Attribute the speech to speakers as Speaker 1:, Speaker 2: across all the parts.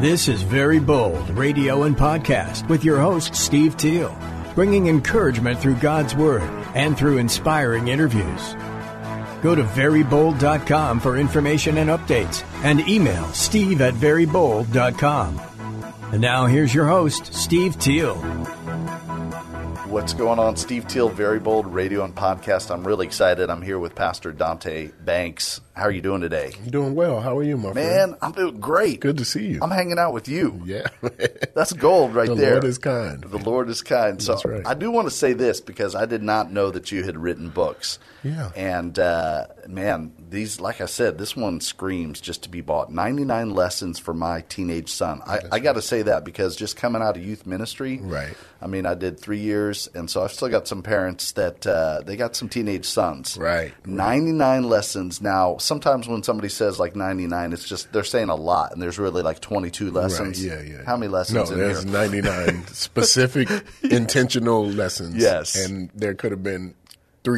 Speaker 1: This is Very Bold Radio and Podcast with your host, Steve Teal, bringing encouragement through God's Word and through inspiring interviews. Go to verybold.com for information and updates and email steve at verybold.com. And now here's your host, Steve Teal.
Speaker 2: What's going on? Steve Teal, Very Bold Radio and Podcast. I'm really excited. I'm here with Pastor Dante Banks. How are you doing today?
Speaker 3: Doing well. How are you, my friend?
Speaker 2: Man, I'm doing great.
Speaker 3: Good to see you.
Speaker 2: I'm hanging out with you.
Speaker 3: yeah.
Speaker 2: That's gold right
Speaker 3: The
Speaker 2: there.
Speaker 3: Lord is kind.
Speaker 2: The Lord is kind. So
Speaker 3: That's right.
Speaker 2: I do want to say this because I did not know that you had written books.
Speaker 3: Yeah.
Speaker 2: And uh, man, these, like I said, this one screams just to be bought. 99 Lessons for My Teenage Son. I, I got to say that because just coming out of youth ministry,
Speaker 3: Right.
Speaker 2: I mean, I did three years, and so I've still got some parents that uh, they got some teenage sons.
Speaker 3: Right.
Speaker 2: 99 lessons. Now, sometimes when somebody says like 99, it's just they're saying a lot, and there's really like 22 lessons.
Speaker 3: Right. Yeah, yeah.
Speaker 2: How many lessons
Speaker 3: No,
Speaker 2: in
Speaker 3: there's
Speaker 2: here?
Speaker 3: 99 specific intentional lessons.
Speaker 2: Yes.
Speaker 3: And there could have been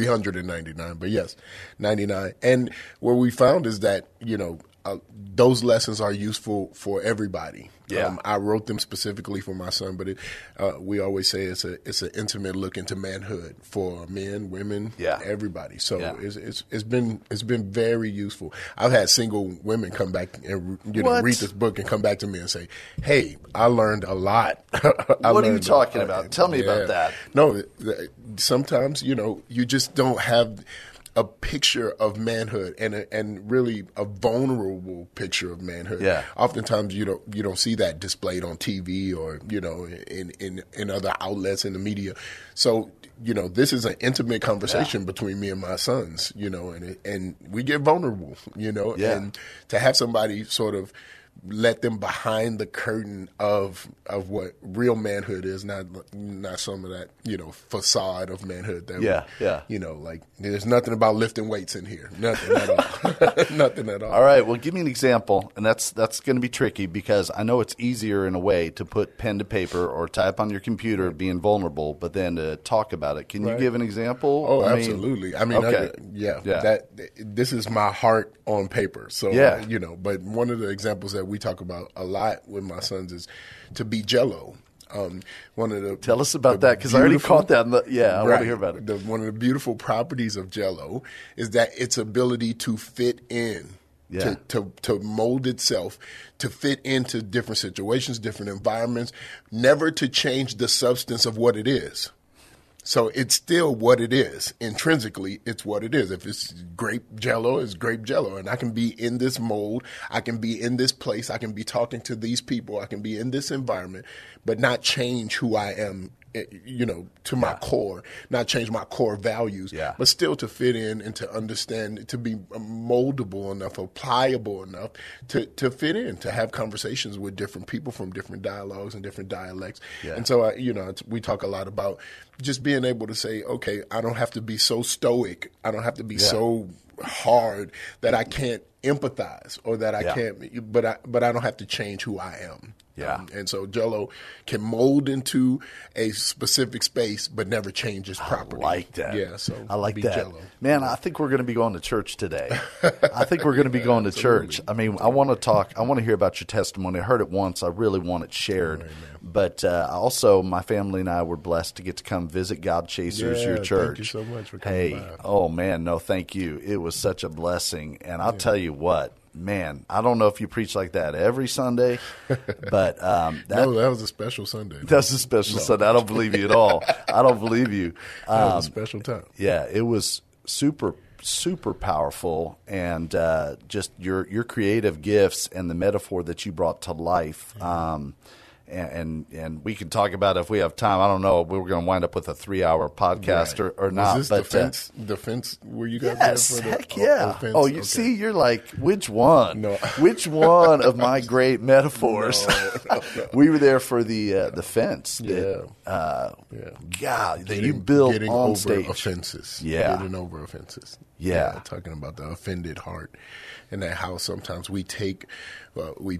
Speaker 3: 399, but yes, 99. And what we found is that, you know, uh, those lessons are useful for everybody. Um,
Speaker 2: Yeah.
Speaker 3: I wrote them specifically for my son, but it, uh, we always say it's a it's an intimate look into manhood for men, women,
Speaker 2: Yeah.
Speaker 3: everybody. So
Speaker 2: Yeah.
Speaker 3: it's, it's it's been it's been very useful. I've had single women come back and you know
Speaker 2: What?
Speaker 3: read this book and come back to me and say, "Hey, I learned a lot." I
Speaker 2: What are you
Speaker 3: learned a
Speaker 2: talking
Speaker 3: lot.
Speaker 2: about? Tell me about that.
Speaker 3: No, th- th- sometimes you know you just don't have a picture of manhood and a, and really a vulnerable picture of manhood.
Speaker 2: Yeah.
Speaker 3: Oftentimes you don't you don't see that displayed on TV or you know in in in other outlets in the media. So you know this is an intimate conversation between me and my sons. You know, and it- and we get vulnerable. You know,
Speaker 2: Yeah.
Speaker 3: and to have somebody sort of let them behind the curtain of of what real manhood is not not some of that you know facade of manhood that we-
Speaker 2: Yeah, yeah.
Speaker 3: you know like there's nothing about lifting weights in here nothing at all nothing at all
Speaker 2: All right. Well, give me an example, and that's that's going to be tricky because I know it's easier in a way to put pen to paper or type on your computer, being vulnerable, but then to talk about it. Can
Speaker 3: Right.
Speaker 2: you give an example?
Speaker 3: Oh,
Speaker 2: I mean-
Speaker 3: absolutely. I mean,
Speaker 2: okay,
Speaker 3: I- yeah, That this is my heart on paper. So uh,
Speaker 2: Yeah.
Speaker 3: you know. But one of the examples that we talk about a lot with my sons is to be Jello. Um, one of the
Speaker 2: Tell us about
Speaker 3: the
Speaker 2: that, 'cause I already
Speaker 3: beautiful-
Speaker 2: caught that in the- yeah, I wanna
Speaker 3: Right.
Speaker 2: hear about it.
Speaker 3: The, one of the beautiful properties of Jello is that its ability to fit in.
Speaker 2: Yeah.
Speaker 3: To, to to mold itself to fit into different situations, different environments, never to change the substance of what it is. So it's still what it is. Intrinsically, it's what it is. If it's grape jello, it's grape jello. And I can be in this mold. I can be in this place. I can be talking to these people. I can be in this environment, but not change who I am, eh, you know, to my core, not change my core values,
Speaker 2: Yeah.
Speaker 3: but still to fit in and to understand, to be moldable enough or pliable enough to, to fit in, to have conversations with different people from different dialogues and different dialects.
Speaker 2: Yeah.
Speaker 3: And so so I, you know, it's- we talk a lot about just being able to say, okay, I don't have to be so stoic. I don't have to be so hard that I can't empathize or that I
Speaker 2: Yeah.
Speaker 3: can't. But I, but I don't have to change who I am. Um,
Speaker 2: Yeah.
Speaker 3: and so Jello can mold into a specific space, but never change his property.
Speaker 2: I like that.
Speaker 3: Yeah, so
Speaker 2: I like
Speaker 3: be
Speaker 2: that.
Speaker 3: Jell-O.
Speaker 2: Man, I think we're going to be going to church today. I think we're going to be going to church. I mean, I want to talk. I want to hear about your testimony. I heard it once. I really want it shared. but uh, also, my family and I were blessed to get to come visit God Chasers,
Speaker 3: Yeah,
Speaker 2: your
Speaker 3: thank
Speaker 2: church.
Speaker 3: you so much for coming
Speaker 2: Hey,
Speaker 3: by.
Speaker 2: oh man, no, thank you. It was such a blessing, and I'll tell you what. Man, I don't know if you preach like that every Sunday, but um, that,
Speaker 3: No, that was a special Sunday.
Speaker 2: that's a special Sunday. I don't believe you at all. I don't believe you.
Speaker 3: that
Speaker 2: um,
Speaker 3: was a special time.
Speaker 2: Yeah, it was super super powerful and uh,
Speaker 3: Mm-hmm.
Speaker 2: just your your creative gifts and the metaphor that you brought to life. Um, and and, and we can talk about it if we have time. I don't know. We're going to wind up with a three hour podcast or, or not.
Speaker 3: Is this
Speaker 2: but
Speaker 3: the fence? the fence where you
Speaker 2: Uh,
Speaker 3: got
Speaker 2: yes,
Speaker 3: there for the,
Speaker 2: heck
Speaker 3: oh,
Speaker 2: yeah.
Speaker 3: fence?
Speaker 2: Oh, you
Speaker 3: Okay.
Speaker 2: see, you're like, which one?
Speaker 3: No.
Speaker 2: Which one of my great metaphors?
Speaker 3: No, no,
Speaker 2: we were there for the uh, the fence. That,
Speaker 3: Yeah.
Speaker 2: uh,
Speaker 3: Yeah.
Speaker 2: God, that you
Speaker 3: Getting-
Speaker 2: built
Speaker 3: getting
Speaker 2: on
Speaker 3: over
Speaker 2: stage.
Speaker 3: offenses.
Speaker 2: Yeah.
Speaker 3: getting over offenses.
Speaker 2: Yeah.
Speaker 3: talking about the offended heart, and that how sometimes we take, uh, we,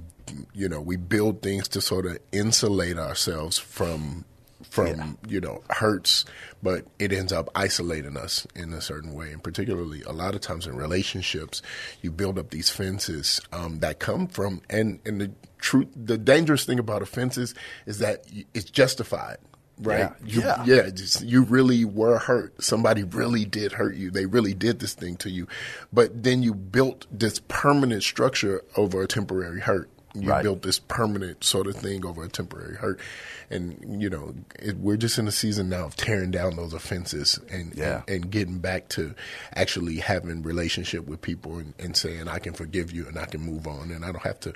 Speaker 3: you know, we build things to sort of insulate ourselves from. From you know hurts, but it ends up isolating us in a certain way, and particularly a lot of times in relationships, you build up these fences um, that come from and and the truth, the dangerous thing about offenses is that y- it's justified, right?
Speaker 2: Yeah.
Speaker 3: You-
Speaker 2: Yeah.
Speaker 3: yeah, just, you really were hurt. Somebody really did hurt you. They really did this thing to you. But then you built this permanent structure over a temporary hurt. You
Speaker 2: Right.
Speaker 3: built this permanent sort of thing over a temporary hurt. And, you know, it, we're just in a season now of tearing down those offenses and,
Speaker 2: Yeah.
Speaker 3: and, and getting back to actually having relationship with people and, and saying, I can forgive you and I can move on and I don't have to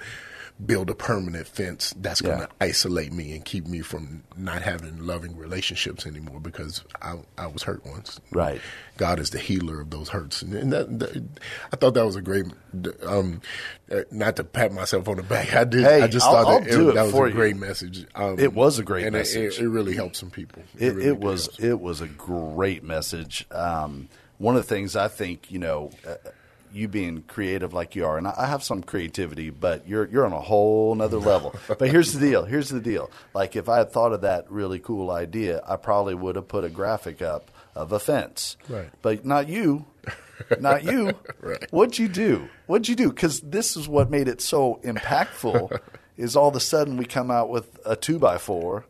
Speaker 3: build a permanent fence that's going
Speaker 2: Yeah.
Speaker 3: to isolate me and keep me from not having loving relationships anymore because I I was hurt once.
Speaker 2: Right.
Speaker 3: God is the healer of those hurts, and, and that, that- I thought that was a great. Um, uh, not to pat myself on the back, I did.
Speaker 2: Hey,
Speaker 3: I just
Speaker 2: I'll-
Speaker 3: thought
Speaker 2: I'll
Speaker 3: that
Speaker 2: do it
Speaker 3: that was
Speaker 2: for
Speaker 3: a
Speaker 2: you.
Speaker 3: great message. Um,
Speaker 2: It was a great
Speaker 3: and it-
Speaker 2: message.
Speaker 3: It, it really helped some people.
Speaker 2: it,
Speaker 3: really
Speaker 2: it
Speaker 3: did
Speaker 2: was
Speaker 3: help some
Speaker 2: it was a great message. Um, one of the things I think you know, uh, you being creative like you are, and I, I have some creativity, but you're you're on a whole nother level. but here's the deal. Here's the deal. Like if I had thought of that really cool idea, I probably would have put a graphic up of a fence.
Speaker 3: Right.
Speaker 2: But not you. Not you.
Speaker 3: Right.
Speaker 2: What'd you do? What'd you do? Because this is what made it so impactful. is all of a sudden we come out with a two by four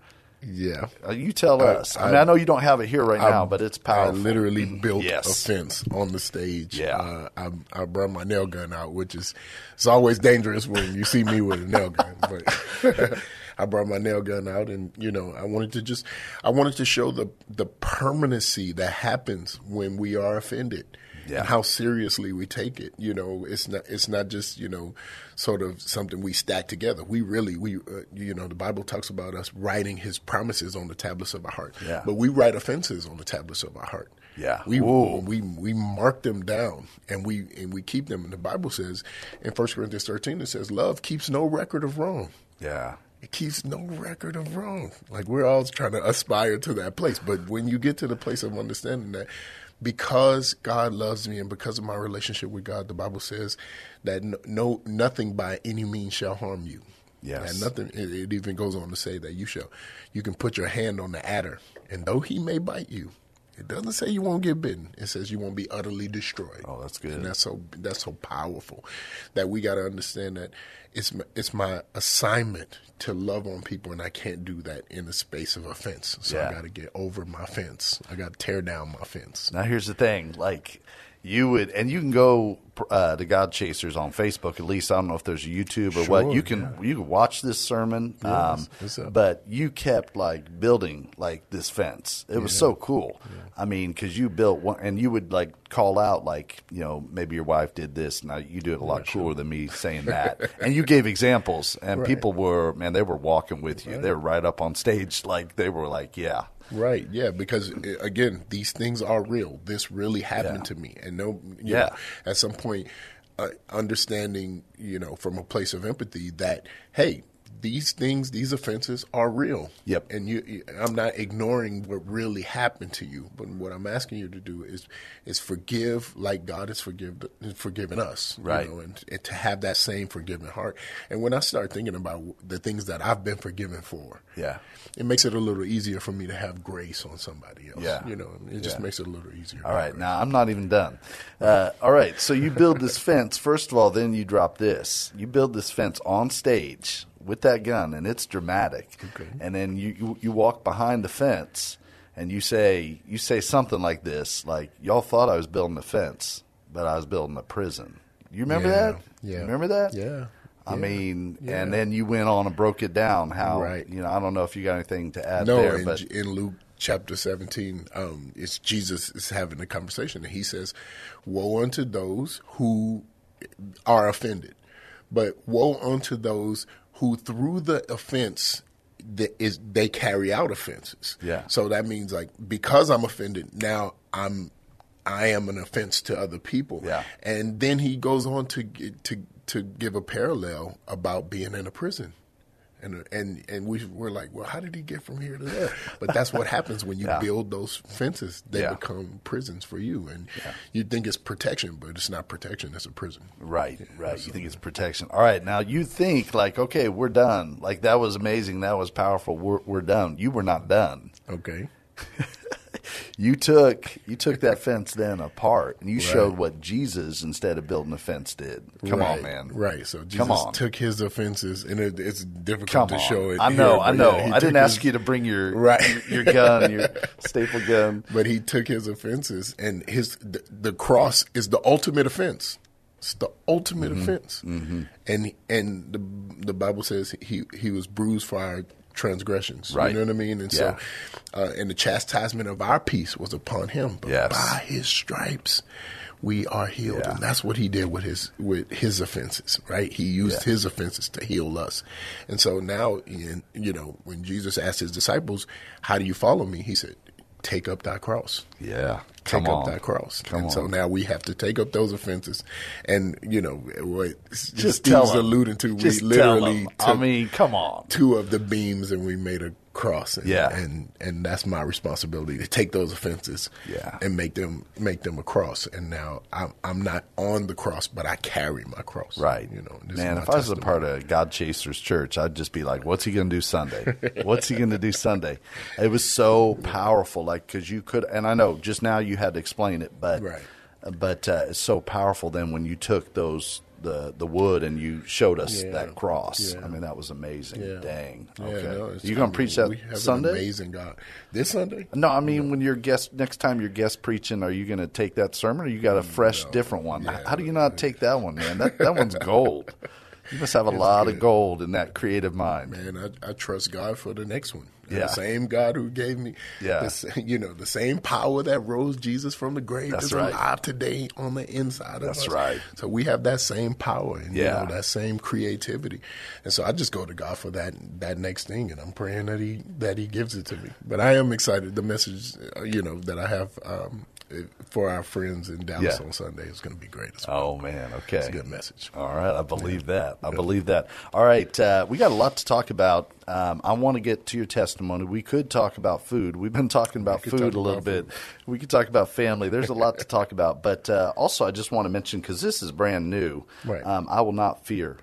Speaker 3: yeah.
Speaker 2: uh, You tell
Speaker 3: I-
Speaker 2: us. I, mean,
Speaker 3: I-
Speaker 2: I know you don't have it here right
Speaker 3: I-
Speaker 2: now, but it's
Speaker 3: I
Speaker 2: powerful. Mm-hmm.
Speaker 3: literally built
Speaker 2: Yes.
Speaker 3: a fence on the stage.
Speaker 2: Yeah.
Speaker 3: Uh, I, I brought my nail gun out, which is it's always dangerous when you see me with a nail gun. But I brought my nail gun out, and you know, I wanted to just I wanted to show the the permanency that happens when we are offended.
Speaker 2: Yeah.
Speaker 3: And how seriously we take it, you know, it's not it's not just you know, sort of something we stack together. We really we uh, you know the Bible talks about us writing His promises on the tablets of our heart,
Speaker 2: Yeah.
Speaker 3: but we write offenses on the tablets of our heart.
Speaker 2: Yeah.
Speaker 3: We
Speaker 2: Ooh.
Speaker 3: we we mark them down and we and we keep them. And the Bible says in 1 Corinthians 13 it says love keeps no record of wrong.
Speaker 2: yeah.
Speaker 3: It keeps no record of wrong. Like we're all trying to aspire to that place, but when you get to the place of understanding that because God loves me and because of my relationship with God, the Bible says that no, no nothing by any means shall harm you.
Speaker 2: Yes.
Speaker 3: And nothing. It, it even goes on to say that you shall, you can put your hand on the adder, and though he may bite you, it doesn't say you won't get bitten. It says you won't be utterly destroyed.
Speaker 2: Oh, that's good.
Speaker 3: And that's so that's so powerful that we got to understand that it's my, it's my assignment to love on people, and I can't do that in the space of offense. So
Speaker 2: Yeah.
Speaker 3: I got to get over my fence. I got to tear down my fence.
Speaker 2: Now here's the thing, like you would, and you can go uh, to God Chasers on Facebook. At least I don't know if there's a YouTube or what.
Speaker 3: Sure,
Speaker 2: You can you can watch this sermon, um,
Speaker 3: it's up.
Speaker 2: but you kept like building like this fence. It was so cool. I mean, because you built one, and you would like call out like you know maybe your wife did this. Now you do it a lot cooler than me saying that, and you gave examples, and people were man, they were walking with you. They were right up on stage, like they were like, yeah,
Speaker 3: Right. Yeah. Because uh, again, these things are real. This really happened
Speaker 2: Yeah.
Speaker 3: to me, and no. You
Speaker 2: Yeah.
Speaker 3: Know, at some point, uh, understanding, you know, from a place of empathy, that hey, these things, these offenses are real.
Speaker 2: Yep.
Speaker 3: And you, you- I'm not ignoring what really happened to you, but what I'm asking you to do is is forgive like God has forgiven forgiven us. you
Speaker 2: Right.
Speaker 3: know, and, and to have that same forgiving heart. And when I start thinking about the things that I've been forgiven for,
Speaker 2: yeah.
Speaker 3: it makes it a little easier for me to have grace on somebody else.
Speaker 2: Yeah.
Speaker 3: You know, it just
Speaker 2: Yeah.
Speaker 3: makes it a little easier.
Speaker 2: All right, now I'm not even done. Uh, all right, so you build this fence. First of all, then you drop this. You build this fence on stage with that gun, and it's dramatic. Okay. And then you, you you walk behind the fence, and you say you say something like this, like y'all thought I was building a fence, but I was building a prison. You remember
Speaker 3: Yeah,
Speaker 2: that?
Speaker 3: yeah.
Speaker 2: You remember that?
Speaker 3: Yeah,
Speaker 2: I
Speaker 3: yeah,
Speaker 2: mean,
Speaker 3: yeah.
Speaker 2: and then you went on and broke it down. How
Speaker 3: Right.
Speaker 2: you know? I don't know if you got anything to add
Speaker 3: No,
Speaker 2: there,
Speaker 3: in,
Speaker 2: but
Speaker 3: in Luke chapter 17, um, it's Jesus is having a conversation, and he says, Woe unto those who are offended, but woe unto those who through the offense that is they carry out offenses.
Speaker 2: Yeah.
Speaker 3: So that means like because I'm offended now, I'm I am an offense to other people.
Speaker 2: Yeah.
Speaker 3: And then he goes on to g- to to give a parallel about being in a prison. And, and and we were like, well, how did he get from here to there? But that's what happens when you build those fences; they
Speaker 2: Yeah.
Speaker 3: become prisons for you. And you think it's protection, but it's not protection; it's a prison.
Speaker 2: Right, right. You think it's protection. All right, now you think like, okay, we're done. Like that was amazing. That was powerful. We're, we're done. You were not done.
Speaker 3: Okay.
Speaker 2: You took you took that fence then apart, and you showed what Jesus instead of building a fence did. Come
Speaker 3: right,
Speaker 2: on, man.
Speaker 3: Right. So Jesus
Speaker 2: Come on.
Speaker 3: took his offenses, and it, it's difficult
Speaker 2: Come
Speaker 3: to
Speaker 2: on.
Speaker 3: show it.
Speaker 2: I know.
Speaker 3: here,
Speaker 2: I
Speaker 3: but
Speaker 2: know.
Speaker 3: yeah, he
Speaker 2: I
Speaker 3: took
Speaker 2: didn't ask
Speaker 3: his-
Speaker 2: you to bring your
Speaker 3: Right.
Speaker 2: your gun, your staple gun.
Speaker 3: But he took his offenses, and his the, the cross is the ultimate offense. It's the ultimate
Speaker 2: Mm-hmm.
Speaker 3: offense, and and the the Bible says he he was bruised for our transgressions.
Speaker 2: Right.
Speaker 3: You know what I mean? And so, uh, and the chastisement of our peace was upon him. But
Speaker 2: Yes.
Speaker 3: by his stripes, we are healed,
Speaker 2: Yeah.
Speaker 3: and that's what he did with his with his offenses. Right? He used
Speaker 2: Yeah.
Speaker 3: his offenses to heal us, and so now, in, you know, when Jesus asked his disciples, "How do you follow me?" He said, "Take up thy cross."
Speaker 2: Yeah.
Speaker 3: take
Speaker 2: Come
Speaker 3: up
Speaker 2: on.
Speaker 3: that cross.
Speaker 2: Come
Speaker 3: and so
Speaker 2: on.
Speaker 3: now we have to take up those offenses. And you know what
Speaker 2: Just
Speaker 3: just
Speaker 2: tell
Speaker 3: Steve's
Speaker 2: 'em.
Speaker 3: alluding to,
Speaker 2: Just
Speaker 3: we
Speaker 2: tell
Speaker 3: literally
Speaker 2: 'em.
Speaker 3: took
Speaker 2: I mean, come on.
Speaker 3: two of the beams and we made a cross. And,
Speaker 2: Yeah.
Speaker 3: and and that's my responsibility to take those offenses
Speaker 2: Yeah.
Speaker 3: and make them make them a cross. And now I'm I'm not on the cross, but I carry my cross.
Speaker 2: Right.
Speaker 3: You know, and this is
Speaker 2: man,
Speaker 3: my
Speaker 2: if I was a
Speaker 3: testimony.
Speaker 2: part of God Chasers Church, I'd just be like, what's he going to do Sunday? What's he going to do Sunday? It was so powerful. Like, because you could, and I know just now you had to explain it, but,
Speaker 3: Right.
Speaker 2: but uh, it's so powerful then when you took those. The, the wood and you showed us
Speaker 3: Yeah.
Speaker 2: that cross.
Speaker 3: Yeah.
Speaker 2: I mean that was amazing.
Speaker 3: Yeah.
Speaker 2: Dang.
Speaker 3: Yeah,
Speaker 2: Okay.
Speaker 3: no, it's-
Speaker 2: you
Speaker 3: I
Speaker 2: gonna
Speaker 3: mean,
Speaker 2: preach
Speaker 3: we
Speaker 2: that
Speaker 3: have
Speaker 2: Sunday?
Speaker 3: An amazing God. This Sunday?
Speaker 2: No, I mean when your guest next time your guest preaching, are you going to take that sermon or you
Speaker 3: Mm,
Speaker 2: got a fresh different one? How do you not take that one, man? That that one's gold. You must have a lot of gold in that creative mind.
Speaker 3: and I, I trust God for the next one.
Speaker 2: Yeah.
Speaker 3: The same God who gave me,
Speaker 2: Yeah.
Speaker 3: the, sa- you know, the same power that rose Jesus from the grave
Speaker 2: That's
Speaker 3: is
Speaker 2: right.
Speaker 3: alive today on the inside of
Speaker 2: That's
Speaker 3: us.
Speaker 2: right.
Speaker 3: So we have that same power and you
Speaker 2: Yeah.
Speaker 3: know, that same creativity. And so I just go to God for that that next thing, and I'm praying that He that He gives it to me. But I am excited. The message, uh, you know, that I have um, eh, for our friends in Dallas
Speaker 2: Yeah.
Speaker 3: on Sunday is going to be great. As
Speaker 2: Oh
Speaker 3: well.
Speaker 2: man, okay.
Speaker 3: It's a good message.
Speaker 2: All right, I believe that. I believe that. All right, uh, we got a lot to talk about. Um, I want to get to your testimony. We could talk about food. We've been talking about
Speaker 3: could
Speaker 2: food
Speaker 3: talk
Speaker 2: a little
Speaker 3: about
Speaker 2: bit.
Speaker 3: food.
Speaker 2: We could talk about family. There's a lot to talk about. But uh, also, I just want to mention because this is brand new.
Speaker 3: Right.
Speaker 2: Um, I will not fear.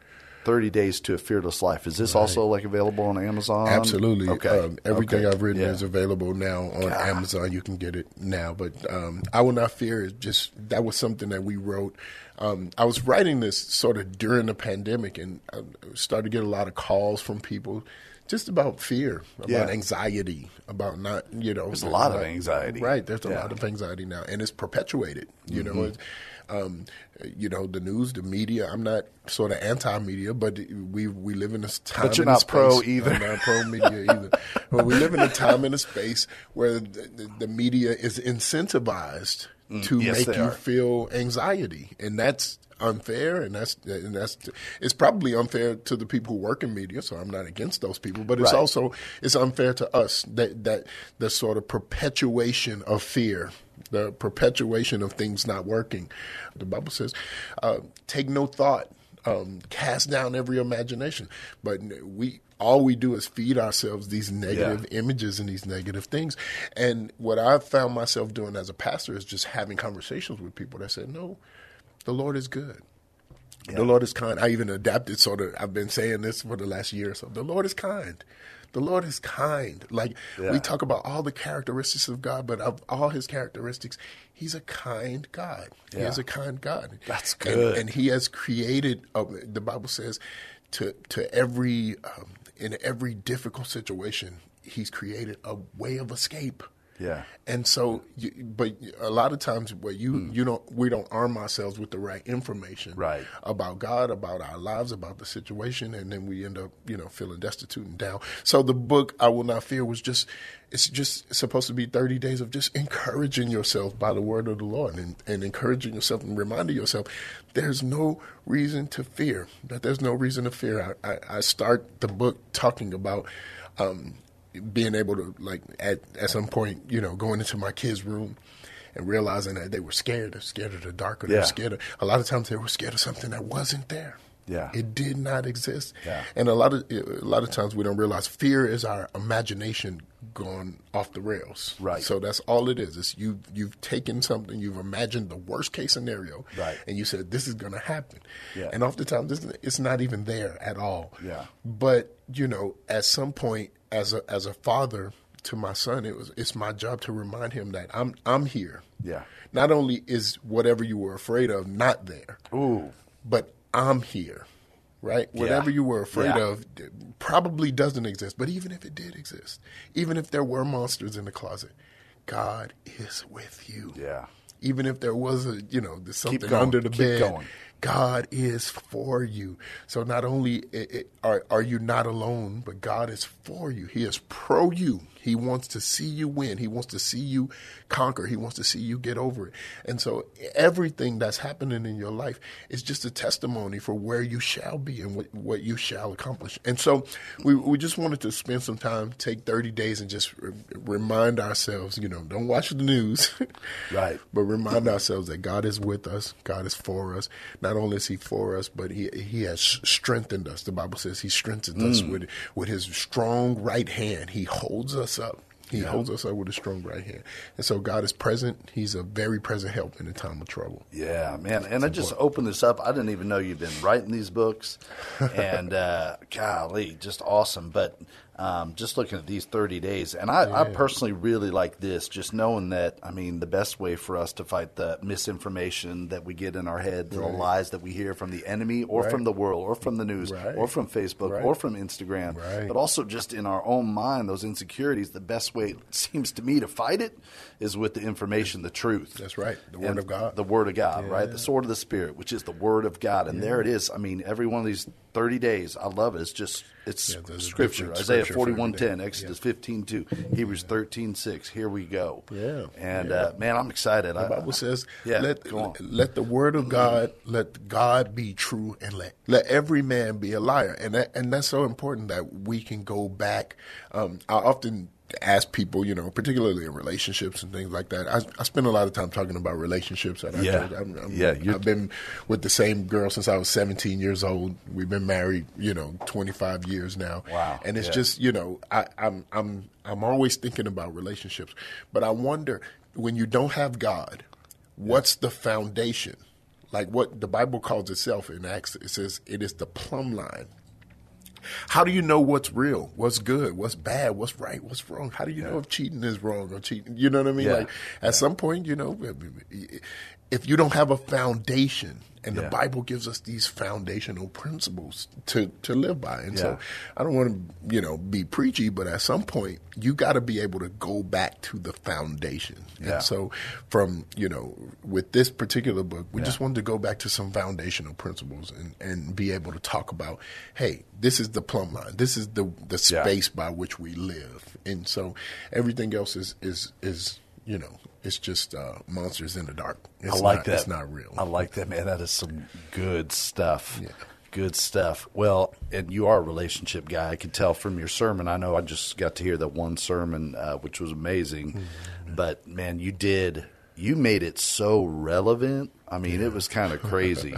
Speaker 2: Thirty days to a fearless life. Is this also like available on Amazon?
Speaker 3: Absolutely.
Speaker 2: Okay.
Speaker 3: Um, everything
Speaker 2: Okay.
Speaker 3: I've written
Speaker 2: Yeah.
Speaker 3: is available now on Amazon. You can get it now. But um, I Will Not Fear is just that was something that we wrote. Um, I was writing this sort of during the pandemic and I started to get a lot of calls from people just about fear, about
Speaker 2: Yeah.
Speaker 3: anxiety, about not, you know.
Speaker 2: There's a lot of
Speaker 3: not-
Speaker 2: anxiety.
Speaker 3: Right. There's a
Speaker 2: Yeah. Mm-hmm.
Speaker 3: lot of anxiety now, and it's perpetuated. You know, it's, um, you know the news, the media. I'm not sort of anti-media, but we we live in this time.
Speaker 2: But you're
Speaker 3: and a
Speaker 2: not pro
Speaker 3: space-
Speaker 2: either.
Speaker 3: I'm not pro media either. But we live in a time and a space where the, the, the media is incentivized to
Speaker 2: Mm, yes,
Speaker 3: make
Speaker 2: they
Speaker 3: you
Speaker 2: are.
Speaker 3: feel anxiety, and that's unfair and that's and that's it's probably unfair to the people who work in media so I'm not against those people but it's
Speaker 2: Right.
Speaker 3: also it's unfair to us that that the sort of perpetuation of fear the perpetuation of things not working the bible says uh, take no thought um, cast down every imagination but we all we do is feed ourselves these negative images and these negative things. And what I found myself doing as a pastor is just having conversations with people that said, no, the Lord is good. The Lord is kind. I even adapted sort of. I've been saying this for the last year or so. The Lord is kind. The Lord is kind. Like
Speaker 2: Yeah.
Speaker 3: we talk about all the characteristics of God, but of all His characteristics, He's a kind God. He
Speaker 2: Yeah.
Speaker 3: is a kind God.
Speaker 2: That's
Speaker 3: And-
Speaker 2: good.
Speaker 3: And, He has created. Uh, the Bible says, to to every um, in every difficult situation, He's created a way of escape.
Speaker 2: Yeah.
Speaker 3: And so, you, but a lot of times, where you you don't we don't arm ourselves with the right information,
Speaker 2: Hmm. Right.
Speaker 3: about God, about our lives, about the situation, and then we end up you know feeling destitute and down. So the book I will not fear was just it's just supposed to be thirty days of just encouraging yourself by the word of the Lord and and encouraging yourself and reminding yourself there's no reason to fear that there's no reason to fear. I I, I start the book talking about. Um, being able to like at at some point, you know, going into my kids' room and realizing that they were scared, they're scared of the dark, or they're
Speaker 2: Yeah.
Speaker 3: scared. Of, a lot of times they were scared of something that wasn't there.
Speaker 2: Yeah.
Speaker 3: it did not exist.
Speaker 2: Yeah.
Speaker 3: and a lot of a lot of times we don't realize fear is our imagination gone off the rails.
Speaker 2: Right.
Speaker 3: So that's all it is. It's you you've taken something, you've imagined the worst case scenario,
Speaker 2: Right.
Speaker 3: And you said this is going to happen.
Speaker 2: Yeah.
Speaker 3: And oftentimes it's, it's not even there at all
Speaker 2: Yeah.
Speaker 3: but you know at some point as a as a father to my son it was it's my job to remind him that i'm i'm here
Speaker 2: Yeah.
Speaker 3: not only is whatever you were afraid of not there
Speaker 2: Ooh.
Speaker 3: but i'm here right whatever you were afraid
Speaker 2: Yeah.
Speaker 3: of d- probably doesn't exist but even if it did exist even if there were monsters in the closet god is with you
Speaker 2: Yeah.
Speaker 3: even if there was a you know there's something
Speaker 2: going.
Speaker 3: under the
Speaker 2: Keep
Speaker 3: bed
Speaker 2: going.
Speaker 3: God is for you. So not only i i are, are you not alone, but God is for you. He is pro you. He wants to see you win. He wants to see you conquer. He wants to see you get over it. And so everything that's happening in your life is just a testimony for where you shall be and what, what you shall accomplish. And so we, we just wanted to spend some time, take 30 days, and just re- remind ourselves, you know, don't watch the news.
Speaker 2: Right.
Speaker 3: But remind ourselves that God is with us. God is for us. Not only is He for us, but He He has strengthened us. The Bible says He strengthens us with with His strong right hand. He holds us up. He holds us up with a strong right hand. And so God is present. He's a very present help in a time of trouble.
Speaker 2: Yeah, man. And I just opened this up. I didn't even know you've been writing these books. And uh, golly, just awesome. But um, just looking at these 30 days, and I, I personally really like this, just knowing that, I mean, the best way for us to fight the misinformation that we get in our head, the lies that we hear from the enemy or from the world or from the news
Speaker 3: Right.
Speaker 2: or from Facebook
Speaker 3: Right.
Speaker 2: or from Instagram,
Speaker 3: Right.
Speaker 2: but also just in our own mind, those insecurities, the best way, it seems to me, to fight it is with the information, the truth.
Speaker 3: That's right. The Word
Speaker 2: And
Speaker 3: of God.
Speaker 2: The Word of God, right? The sword of the Spirit, which is the Word of God. And there it is. I mean, every one of these 30 days, I love it. It's just, it's
Speaker 3: Yeah, there's a
Speaker 2: Scripture.
Speaker 3: different
Speaker 2: Isaiah
Speaker 3: scripture for every
Speaker 2: 41 10,
Speaker 3: day.
Speaker 2: Exodus fifteen two, Hebrews thirteen six. Here we go.
Speaker 3: Yeah.
Speaker 2: And Uh, man, I'm excited.
Speaker 3: The Bible says,
Speaker 2: yeah,
Speaker 3: let,
Speaker 2: go on.
Speaker 3: let the word of God, let God be true, and let, let every man be a liar. And that, and that's so important that we can go back. Um, I often ask people, you know, particularly in relationships and things like that. I, I spend a lot of time talking about relationships. At our
Speaker 2: Yeah.
Speaker 3: church. I'm, I'm,
Speaker 2: Yeah, you're-
Speaker 3: I've been with the same girl since I was 17 years old. We've been married, you know, 25 years now.
Speaker 2: Wow.
Speaker 3: And it's
Speaker 2: Yeah.
Speaker 3: just just, you know I, I'm I'm I'm always thinking about relationships, but I wonder when you don't have God, what's the foundation? Like what the Bible calls itself in Acts, it says it is the plumb line. How do you know what's real, what's good, what's bad, what's right, what's wrong? How do you know if cheating is wrong or cheating? You know what I mean?
Speaker 2: Yeah.
Speaker 3: Like at some point, you know, if you don't have a foundation, and
Speaker 2: Yeah.
Speaker 3: the Bible gives us these foundational principles to to live by, and
Speaker 2: Yeah.
Speaker 3: so I don't want to, you know, be preachy, but at some point you got to be able to go back to the foundation.
Speaker 2: Yeah.
Speaker 3: And so, from you know, with this particular book, we just wanted to go back to some foundational principles and and be able to talk about, hey, this is the plumb line, this is the the
Speaker 2: Yeah.
Speaker 3: space by which we live, and so everything else is is is you know, it's just uh, monsters in the dark. It's
Speaker 2: I like
Speaker 3: not,
Speaker 2: that.
Speaker 3: It's not real.
Speaker 2: I like that, man. That is some good stuff. Good stuff. Well, and you are a relationship guy. I can tell from your sermon. I know I just got to hear that one sermon, uh, which was amazing.
Speaker 3: Mm-hmm.
Speaker 2: But man, you did. You made it so relevant. I mean, it was kind of crazy.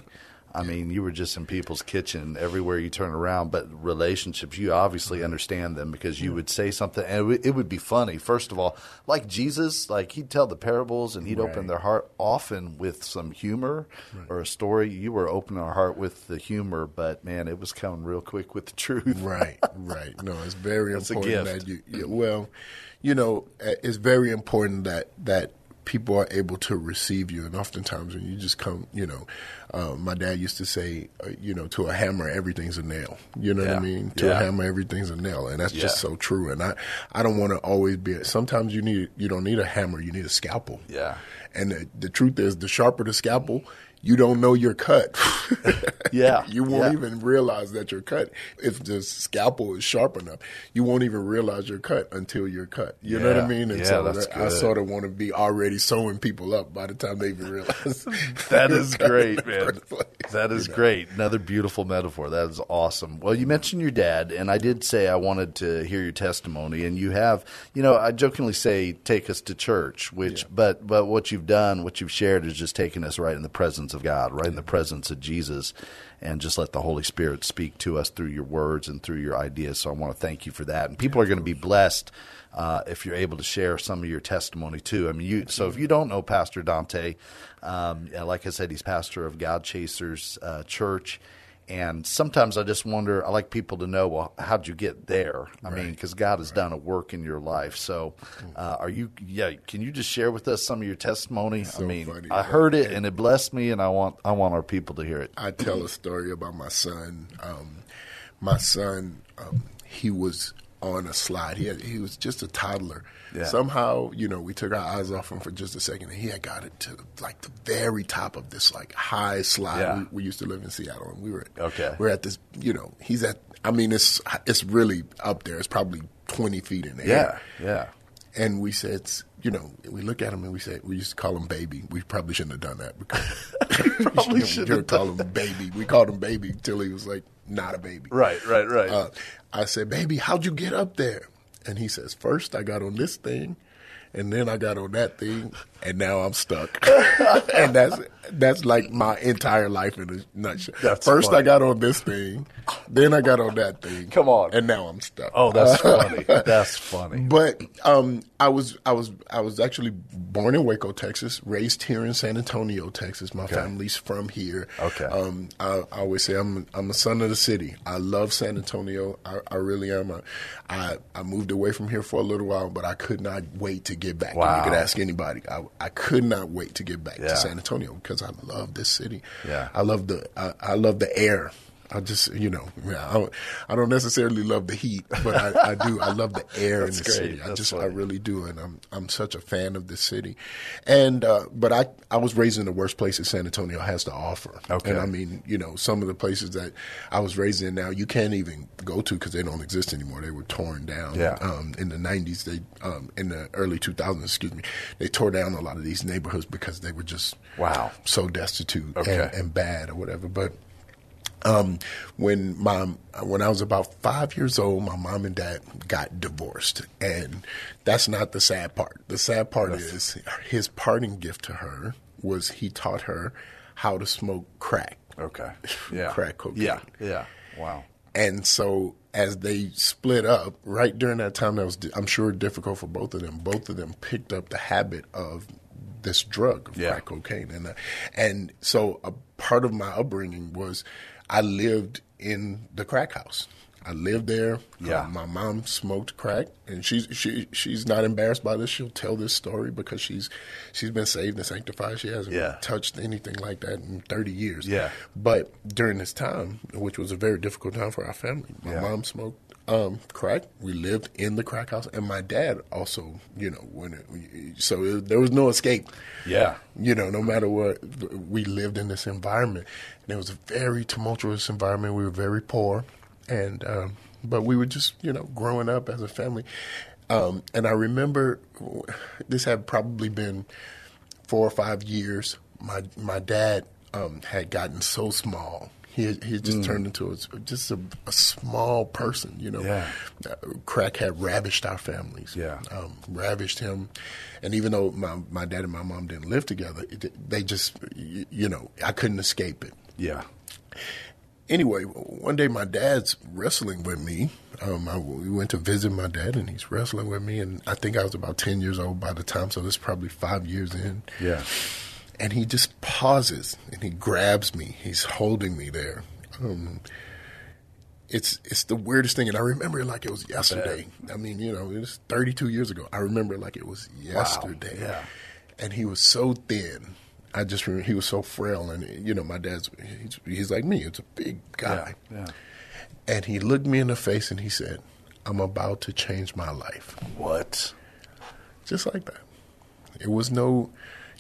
Speaker 2: I mean, you were just in people's kitchen everywhere you turn around. But relationships, you obviously understand them because you would say something, and it would- it would be funny. First of all, like Jesus, like he'd tell the parables and he'd open their heart often with some humor or a story. You were opening our heart with the humor, but man, it was coming real quick with the truth.
Speaker 3: Right, right. No, it's very
Speaker 2: a
Speaker 3: important
Speaker 2: gift.
Speaker 3: that you. yeah, well, you know, uh, it's very important that that people are able to receive you. And oftentimes, when you just come, you know, uh, my dad used to say, uh, you know, to a hammer, everything's a nail. You know what
Speaker 4: Yeah.
Speaker 3: I mean? To
Speaker 4: Yeah.
Speaker 3: a hammer, everything's a nail, and that's just
Speaker 4: Yeah.
Speaker 3: so true. And I, I don't want to always be. Sometimes you need, you don't need a hammer, you need a scalpel.
Speaker 4: Yeah.
Speaker 3: And the, the truth is, the sharper the scalpel. You don't know you're cut.
Speaker 2: Yeah.
Speaker 3: you won't
Speaker 2: Yeah.
Speaker 3: even even realize that you're cut. If the scalpel is sharp enough, you won't even realize you're cut until you're cut. You know what
Speaker 4: Yeah.
Speaker 3: I mean? And
Speaker 4: Yeah,
Speaker 3: so
Speaker 4: that's
Speaker 3: that- I
Speaker 4: good.
Speaker 3: sort of want to be already sewing people up by the time they even realize.
Speaker 2: That
Speaker 3: they were
Speaker 2: is
Speaker 3: cut in
Speaker 2: great,
Speaker 3: the
Speaker 2: man.
Speaker 3: first place.
Speaker 2: That is great. Another beautiful metaphor. That is awesome. Well, you mentioned your dad, and I did say I wanted to hear your testimony. And you have, you know, I jokingly say, "Take us to church," which, but, but what you've done, what you've shared, is just taking us right in the presence of God, right in the presence of Jesus, and just let the Holy Spirit speak to us through your words and through your ideas. So I want to thank you for that. And people are going to be blessed uh, if you're able to share some of your testimony too. I mean, you. So if you don't know Pastor Dante, um, yeah, like I said, he's pastor of God Chasers uh, Church, and sometimes I just wonder. I like people to know, well, how'd you get there? I mean, because God has done a work in your life. So, uh, are you? Yeah, can you just share with us some of your testimony? I mean,
Speaker 3: funny.
Speaker 2: I heard it and it blessed me, and I want I want our people to hear it.
Speaker 3: I tell a story about my son. Um, my son, um, he was on a slide. He had, he was just a toddler.
Speaker 2: Yeah.
Speaker 3: Somehow, you know, we took our eyes off him for just a second, and he had got it to like the very top of this like high slide.
Speaker 2: Yeah.
Speaker 3: We, we used to live in Seattle, and we were
Speaker 2: Okay.
Speaker 3: We're at this, you know, he's at. I mean, it's it's really up there. It's probably twenty feet in the air.
Speaker 2: yeah,
Speaker 3: And we said, you know, we look at him and we said, we used to call him baby. We probably shouldn't have done that because
Speaker 2: Probably
Speaker 3: we
Speaker 2: shouldn't have
Speaker 3: should call him baby. We called him baby until he was like not a baby.
Speaker 2: Right, right, right.
Speaker 3: Uh, I said, baby, how'd you get up there? And he says, first I got on this thing, and then I got on that thing, and now I'm stuck. and that's that's like my entire life in a nutshell.
Speaker 2: That's
Speaker 3: first
Speaker 2: funny.
Speaker 3: I got on this thing, then I got on that thing.
Speaker 2: Come on.
Speaker 3: and now I'm stuck.
Speaker 2: Oh, that's funny. That's funny.
Speaker 3: But um, I was I was I was actually born in Waco, Texas, raised here in San Antonio, Texas. My family's from here.
Speaker 2: Okay.
Speaker 3: Um, I, I always say I'm I'm a son of the city. I love San Antonio. I, I really am. I, I I moved away from here for a little while, but I could not wait to get back. And
Speaker 2: Wow.
Speaker 3: you could ask anybody. I I could not wait to get back
Speaker 2: Yeah.
Speaker 3: to San Antonio because I love this city.
Speaker 2: Yeah.
Speaker 3: I love the I, I love the air. I just you know I don't, I don't necessarily love the heat, but I, I do. I love the air in the
Speaker 2: That's great.
Speaker 3: city. I
Speaker 2: That's
Speaker 3: just I
Speaker 2: funny.
Speaker 3: really do, and I'm I'm such a fan of the city. And uh, but I I was raised in the worst places San Antonio has to offer.
Speaker 2: Okay.
Speaker 3: and I mean you know some of the places that I was raised in now you can't even go to because they don't exist anymore. They were torn down.
Speaker 2: Yeah.
Speaker 3: Um, in the '90s, they um, in the early 2000s, excuse me, they tore down a lot of these neighborhoods because they were just
Speaker 2: Wow.
Speaker 3: so destitute
Speaker 2: Okay.
Speaker 3: and, and bad or whatever. But um, when my when I was about five years old, my mom and dad got divorced, and that's not the sad part. The sad part is his parting gift to her was he taught her how to smoke crack.
Speaker 2: Okay. Yeah.
Speaker 3: Crack cocaine.
Speaker 2: Yeah. Yeah. Wow.
Speaker 3: And so as they split up, right during that time, that was I'm sure difficult for both of them. Both of them picked up the habit of this drug, of
Speaker 2: Yeah.
Speaker 3: crack cocaine, and uh, and so a part of my upbringing was I lived in the crack house. I lived there.
Speaker 2: Yeah.
Speaker 3: Uh, my mom smoked crack, and she's she she's not embarrassed by this. She'll tell this story because she's she's been saved and sanctified. She hasn't
Speaker 2: Yeah.
Speaker 3: touched anything like that in 30 years.
Speaker 2: Yeah.
Speaker 3: But during this time, which was a very difficult time for our family, my
Speaker 2: Yeah.
Speaker 3: mom smoked um, crack. We lived in the crack house, and my dad also, you know, when it, so it, there was no escape.
Speaker 2: Yeah.
Speaker 3: You know, no matter what, we lived in this environment, and it was a very tumultuous environment. We were very poor, and um, but we were just, you know, growing up as a family. Um, and I remember this had probably been four or five years, my my dad um, had gotten so small. He had- he had
Speaker 2: Mm.
Speaker 3: just turned into a, just a, a small person, you know.
Speaker 2: Yeah.
Speaker 3: Uh, Crack had ravished our families.
Speaker 2: Yeah.
Speaker 3: um, ravished him, and even though my my dad and my mom didn't live together, it, they just you, you know I couldn't escape it
Speaker 2: Yeah.
Speaker 3: anyway, one day my dad's wrestling with me. Um, I, we went to visit my dad, and he's wrestling with me. And I think I was about ten years old by the time, so this is probably five years in.
Speaker 2: Yeah.
Speaker 3: And he just pauses and he grabs me. He's holding me there. Um, it's it's the weirdest thing, and I remember it like it was yesterday. I mean, you know, it was 32 years ago. I remember it like it was yesterday.
Speaker 2: yeah.
Speaker 3: and he was so thin. I just remember he was so frail, and you know, my dad's he's, he's like me. It's a big guy,
Speaker 2: Yeah,
Speaker 3: and he looked me in the face and he said, "I'm about to change my life."
Speaker 2: What?
Speaker 3: just like that. It was no,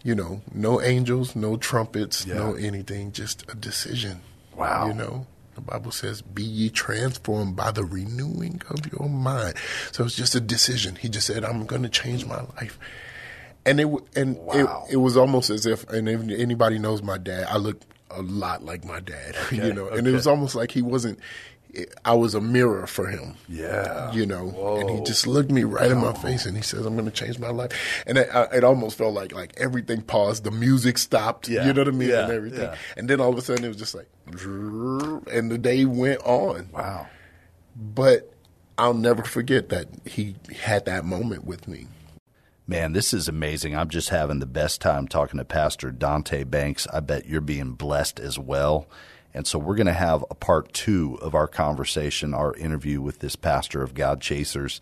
Speaker 3: you know, no angels, no trumpets,
Speaker 2: Yeah.
Speaker 3: no anything, just a decision.
Speaker 2: Wow.
Speaker 3: You know, the Bible says, be ye transformed by the renewing of your mind. So it's just a decision. He just said, I'm going to change my life. And it w- and
Speaker 2: Wow.
Speaker 3: it, it was almost as if and if anybody knows my dad, I look a lot like my dad, you know. And it was almost like he wasn't. I was a mirror for him
Speaker 2: Yeah.
Speaker 3: you know, and he just looked me right in my face and he says, "I'm going to change my life." And I, I, it almost felt like like everything paused, the music stopped,
Speaker 2: Yeah.
Speaker 3: you know what I mean,
Speaker 2: Yeah.
Speaker 3: and everything.
Speaker 2: Yeah.
Speaker 3: And then all of a sudden, it was just like, and the day went on.
Speaker 2: Wow.
Speaker 3: But I'll never forget that he had that moment with me.
Speaker 2: Man, this is amazing. I'm just having the best time talking to Pastor Dante Banks. I bet you're being blessed as well. And so we're going to have a part two of our conversation, our interview with this pastor of God Chasers.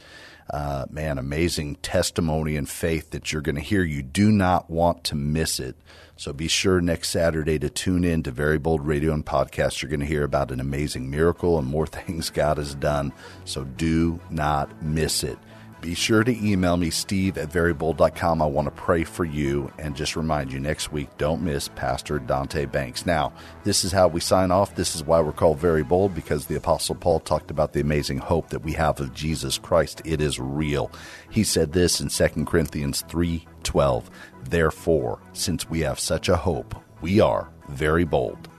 Speaker 2: Uh, man, amazing testimony and faith that you're going to hear. You do not want to miss it. So be sure next Saturday to tune in to Very Bold Radio and Podcast. You're going to hear about an amazing miracle and more things God has done. So do not miss it. Be sure to email me, steve at verybold.com. I want to pray for you and just remind you next week, don't miss Pastor Dante Banks. Now, this is how we sign off. This is why we're called Very Bold because the Apostle Paul talked about the amazing hope that we have of Jesus Christ. It is real. He said this in 2 Corinthians 3:12. Therefore, since we have such a hope, we are very bold.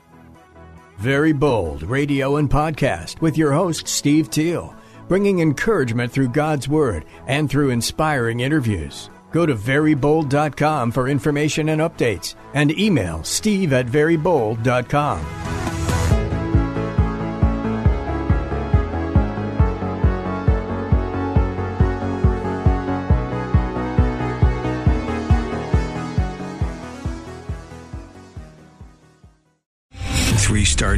Speaker 1: Very Bold Radio and Podcast with your host, Steve Teal, bringing encouragement through God's Word and through inspiring interviews. Go to verybold.com for information and updates and email steve at verybold.com.
Speaker 5: Three star